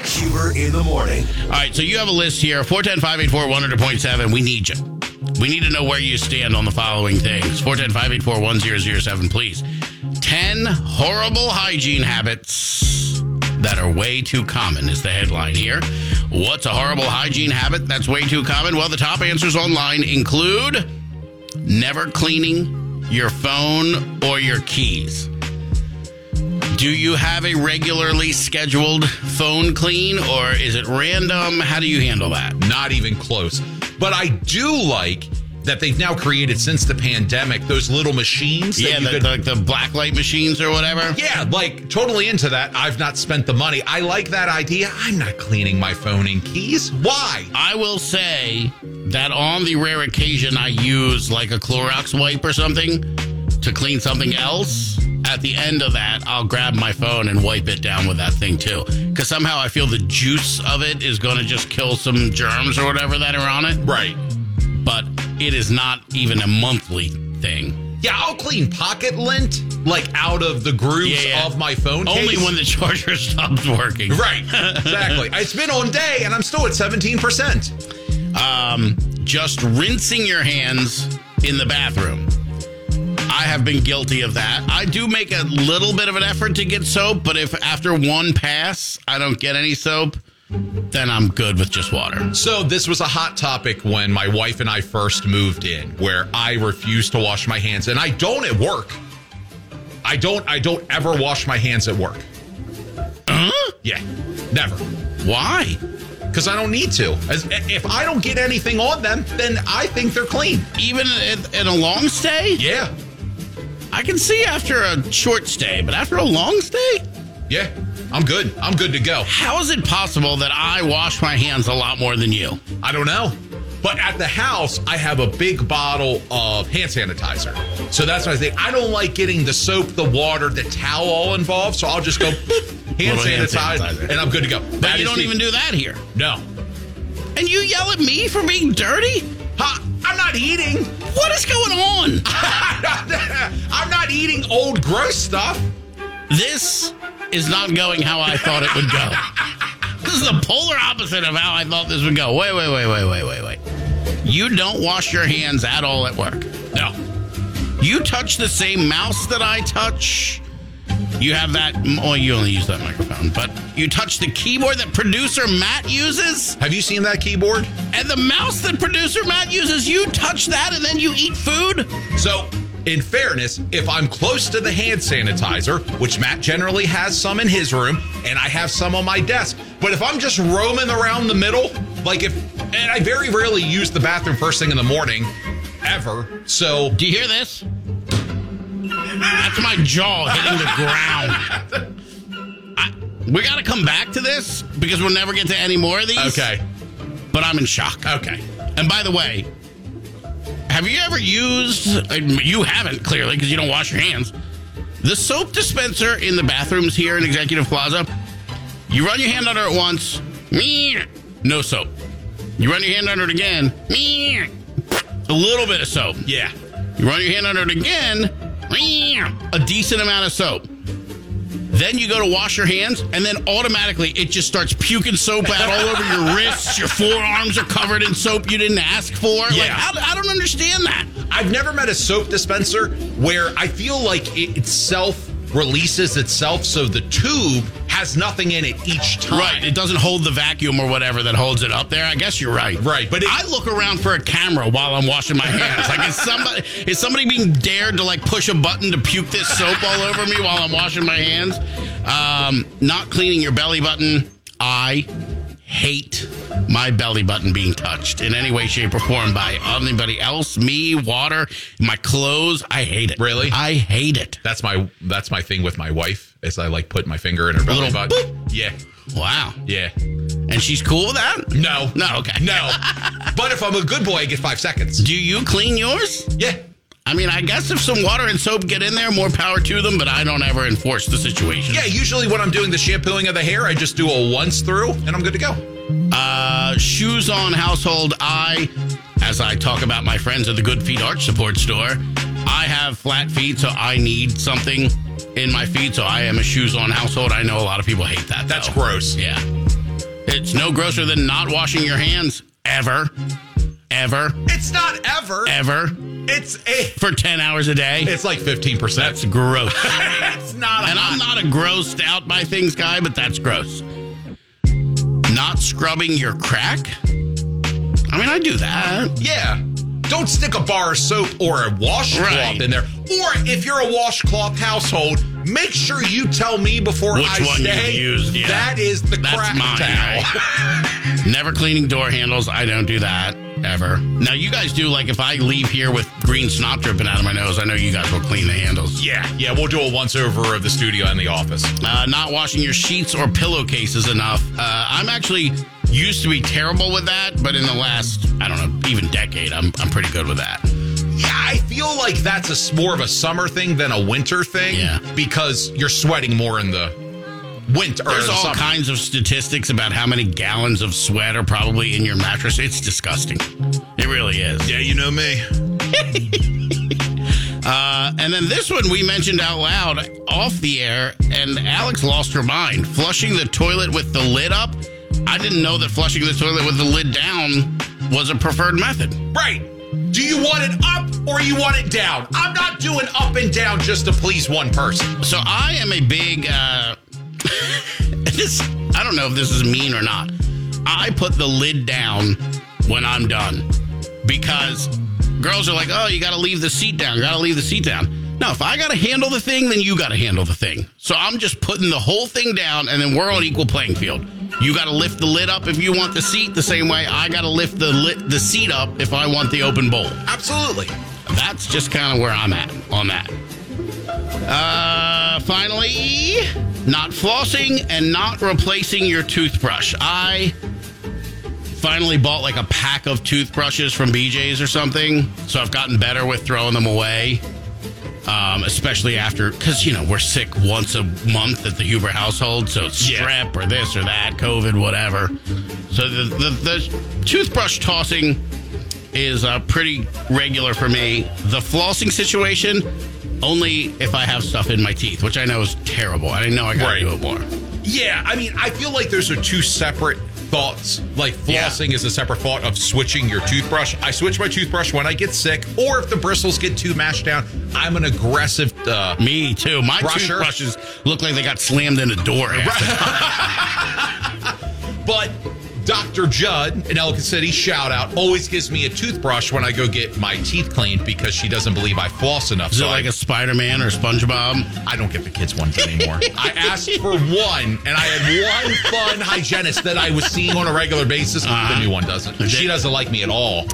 Homer in the morning. All right, so you have a list here 410 584 100.7. We need you. We need to know where you stand on the following things 410 584 1007, please. 10 horrible hygiene habits that are way too common is the headline here. What's a horrible hygiene habit that's way too common? Well, the top answers online include never cleaning your phone or your keys. Do you have a regularly scheduled phone clean or is it random? How do you handle that? Not even close. But I do like that they've now created since the pandemic those little machines. That Yeah, you the, could, like the black light machines or whatever. yeah, like totally into that. I've not spent the money. I like that idea. I'm not cleaning my phone and keys. Why? I will say that on the rare occasion I use like a Clorox wipe or something to clean something else, at the end of that, I'll grab my phone and wipe it down with that thing too. Because somehow I feel the juice of it is going to just kill some germs or whatever that are on it. Right. But it is not even a monthly thing. Yeah, I'll clean pocket lint like out of the grooves Yeah, yeah. of my phone. Only case. when the charger stops working. Right, exactly. it's been on day and I'm still at 17%. um, just rinsing your hands in the bathroom. I have been guilty of that. I do make a little bit of an effort to get soap, but if after one pass I don't get any soap, then I'm good with just water. So, this was a hot topic when my wife and I first moved in where I refuse to wash my hands and I don't at work. I don't I don't ever wash my hands at work. Huh? Yeah. Never. Why? Cuz I don't need to. As, if I don't get anything on them, then I think they're clean. Even in, in a long stay? Yeah. I can see after a short stay, but after a long stay? Yeah. I'm good. I'm good to go. How is it possible that I wash my hands a lot more than you? I don't know. But at the house, I have a big bottle of hand sanitizer. So that's what I think. I don't like getting the soap, the water, the towel all involved. So I'll just go boop, hand, Little hand sanitize, sanitizer. and I'm good to go. But you don't even do that here. No. And you yell at me for being dirty? Ha, I'm not eating. What is going on? I'm not eating old gross stuff. This is not going how I thought it would go. This is the polar opposite of how I thought this would go. Wait, wait, wait, wait, wait, wait, wait. You don't wash your hands at all at work. No. You touch the same mouse that I touch. You have that. Well, you only use that microphone, but you touch the keyboard that producer Matt uses Have you seen that keyboard? and the mouse that producer Matt uses. You touch that and then you eat food. So, in fairness, if I'm close to the hand sanitizer, which Matt generally has some in his room, and I have some on my desk, but if I'm just roaming around the middle, like if, and I very rarely use the bathroom first thing in the morning, ever. So, Do you hear this? That's my jaw hitting the ground. I, we got to come back to this because we'll never get to any more of these. okay, But I'm in shock. okay. And by the way, have you ever used, uh, you haven't clearly because you don't wash your hands, the soap dispenser in the bathrooms here in Executive Plaza? You run your hand under it once, meh, no soap. You run your hand under it again, meh, a little bit of soap. Yeah. You run your hand under it again, meow, a decent amount of soap. Then you go to wash your hands, and then automatically it just starts puking soap out all over your wrists. Your forearms are covered in soap you didn't ask for. Like, Yeah. I, I don't understand that. I've never met a soap dispenser where I feel like it itself releases itself so the tube has nothing in it each time. Right. It doesn't hold the vacuum or whatever that holds it up there. I guess you're right. Right, but it- I look around for a camera while I'm washing my hands. like is somebody is somebody being dared to like push a button to puke this soap all over me while I'm washing my hands? Um, not cleaning your belly button. I hate my belly button being touched in any way, shape, or form by anybody else. Me, water, my clothes. I hate it. Really? I hate it. That's my that's my thing with my wife is I like put my finger in her belly little button. Yeah, Wow. yeah. And she's cool with that? No, No. Okay. no. but if I'm a good boy, I get five seconds. Do you clean yours? Yeah, I mean, I guess if some water and soap get in there, more power to them, but I don't ever enforce the situation. yeah. Usually when I'm doing the shampooing of the hair, I just do a once through and I'm good to go. Uh, shoes on household, I, as I talk about my friends at the Good Feet Arch Support Store, I have flat feet, so I need something in my feet, so I am a shoes on household. I know a lot of people hate that. That's though. gross. Yeah. It's no grosser than not washing your hands ever, ever, It's not ever. ever It's a. for 10 hours a day. It's like fifteen percent. That's gross. That's not. and I'm not a grossed out by things guy, but that's gross. Not scrubbing your crack? I mean, I do that. Yeah. Don't stick a bar of soap or a washcloth Right. in there. Or if you're a washcloth household, make sure you tell me before Which I one you say used, yeah. that is the That's crack mine, towel. Never cleaning door handles. I don't do that ever. Now, you guys do, like, if I leave here with green snot dripping out of my nose, I know you guys will clean the handles. yeah, yeah, we'll do a once over of the studio and the office. Uh, not washing your sheets or pillowcases enough. Uh, I'm actually used to be terrible with that, but in the last, I don't know, even decade, I'm, I'm pretty good with that. Yeah, I feel like that's a s- more of a summer thing than a winter thing. Yeah. Because you're sweating more in the winter. or There's the all summer. kinds of statistics about how many gallons of sweat are probably in your mattress. It's disgusting. It really is. yeah, you know me. Uh, and then this one we mentioned out loud off the air, and Alex lost her mind. Flushing the toilet with the lid up. I didn't know that flushing the toilet with the lid down was a preferred method. Right. Do you want it up or you want it down? I'm not doing up and down just to please one person. So I am a big. Uh, this I don't know if this is mean or not. I put the lid down when I'm done because girls are like, "Oh, you got to leave the seat down. You got to leave the seat down." No, if I got to handle the thing, then you got to handle the thing. So I'm just putting the whole thing down, and then we're on equal playing field. You got to lift the lid up if you want the seat the same way. I got to lift the lit, the seat up if I want the open bowl. Absolutely. That's just kind of where I'm at on that. Uh, finally, not flossing and not replacing your toothbrush. I finally bought like a pack of toothbrushes from BJ's or something, so I've gotten better with throwing them away. Um, especially after, because you know we're sick once a month at the Huber household, so it's Yeah. strep or this or that, COVID, whatever. So the the, the toothbrush tossing is uh, pretty regular for me. The flossing situation, only if I have stuff in my teeth, which I know is terrible. I know I gotta Right. do it more. Yeah, I mean, I feel like those are two separate thoughts. Like Yeah. flossing is a separate thought of switching your toothbrush. I switch my toothbrush when I get sick, or if the bristles get too mashed down. I'm an aggressive. Uh, Me too. My Brusher? toothbrushes look like they got slammed in a door. after. but Dr. Judd in Ellicott City, shout out, always gives me a toothbrush when I go get my teeth cleaned because she doesn't believe I floss enough. Is it I- like a Spider Man or SpongeBob? I don't get the kids ones anymore. I asked for one, and I had one fun hygienist that I was seeing on a regular basis. Uh-huh. The new one doesn't. She doesn't like me at all.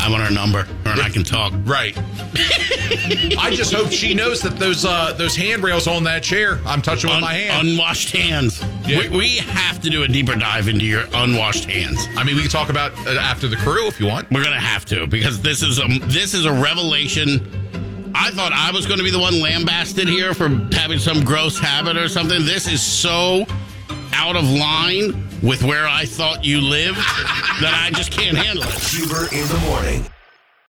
I want her number, or I can talk. Right. I just hope she knows that those uh, those handrails on that chair, I'm touching with Un- my hand. Unwashed hands. Yeah. We, we have to do a deeper dive into your unwashed hands. I mean, we can talk about uh, after the crew if you want. We're gonna have to because this is a this is a revelation. I thought I was going to be the one lambasted here for having some gross habit or something. This is so out of line with where I thought you lived that I just can't handle it. Huber in the morning.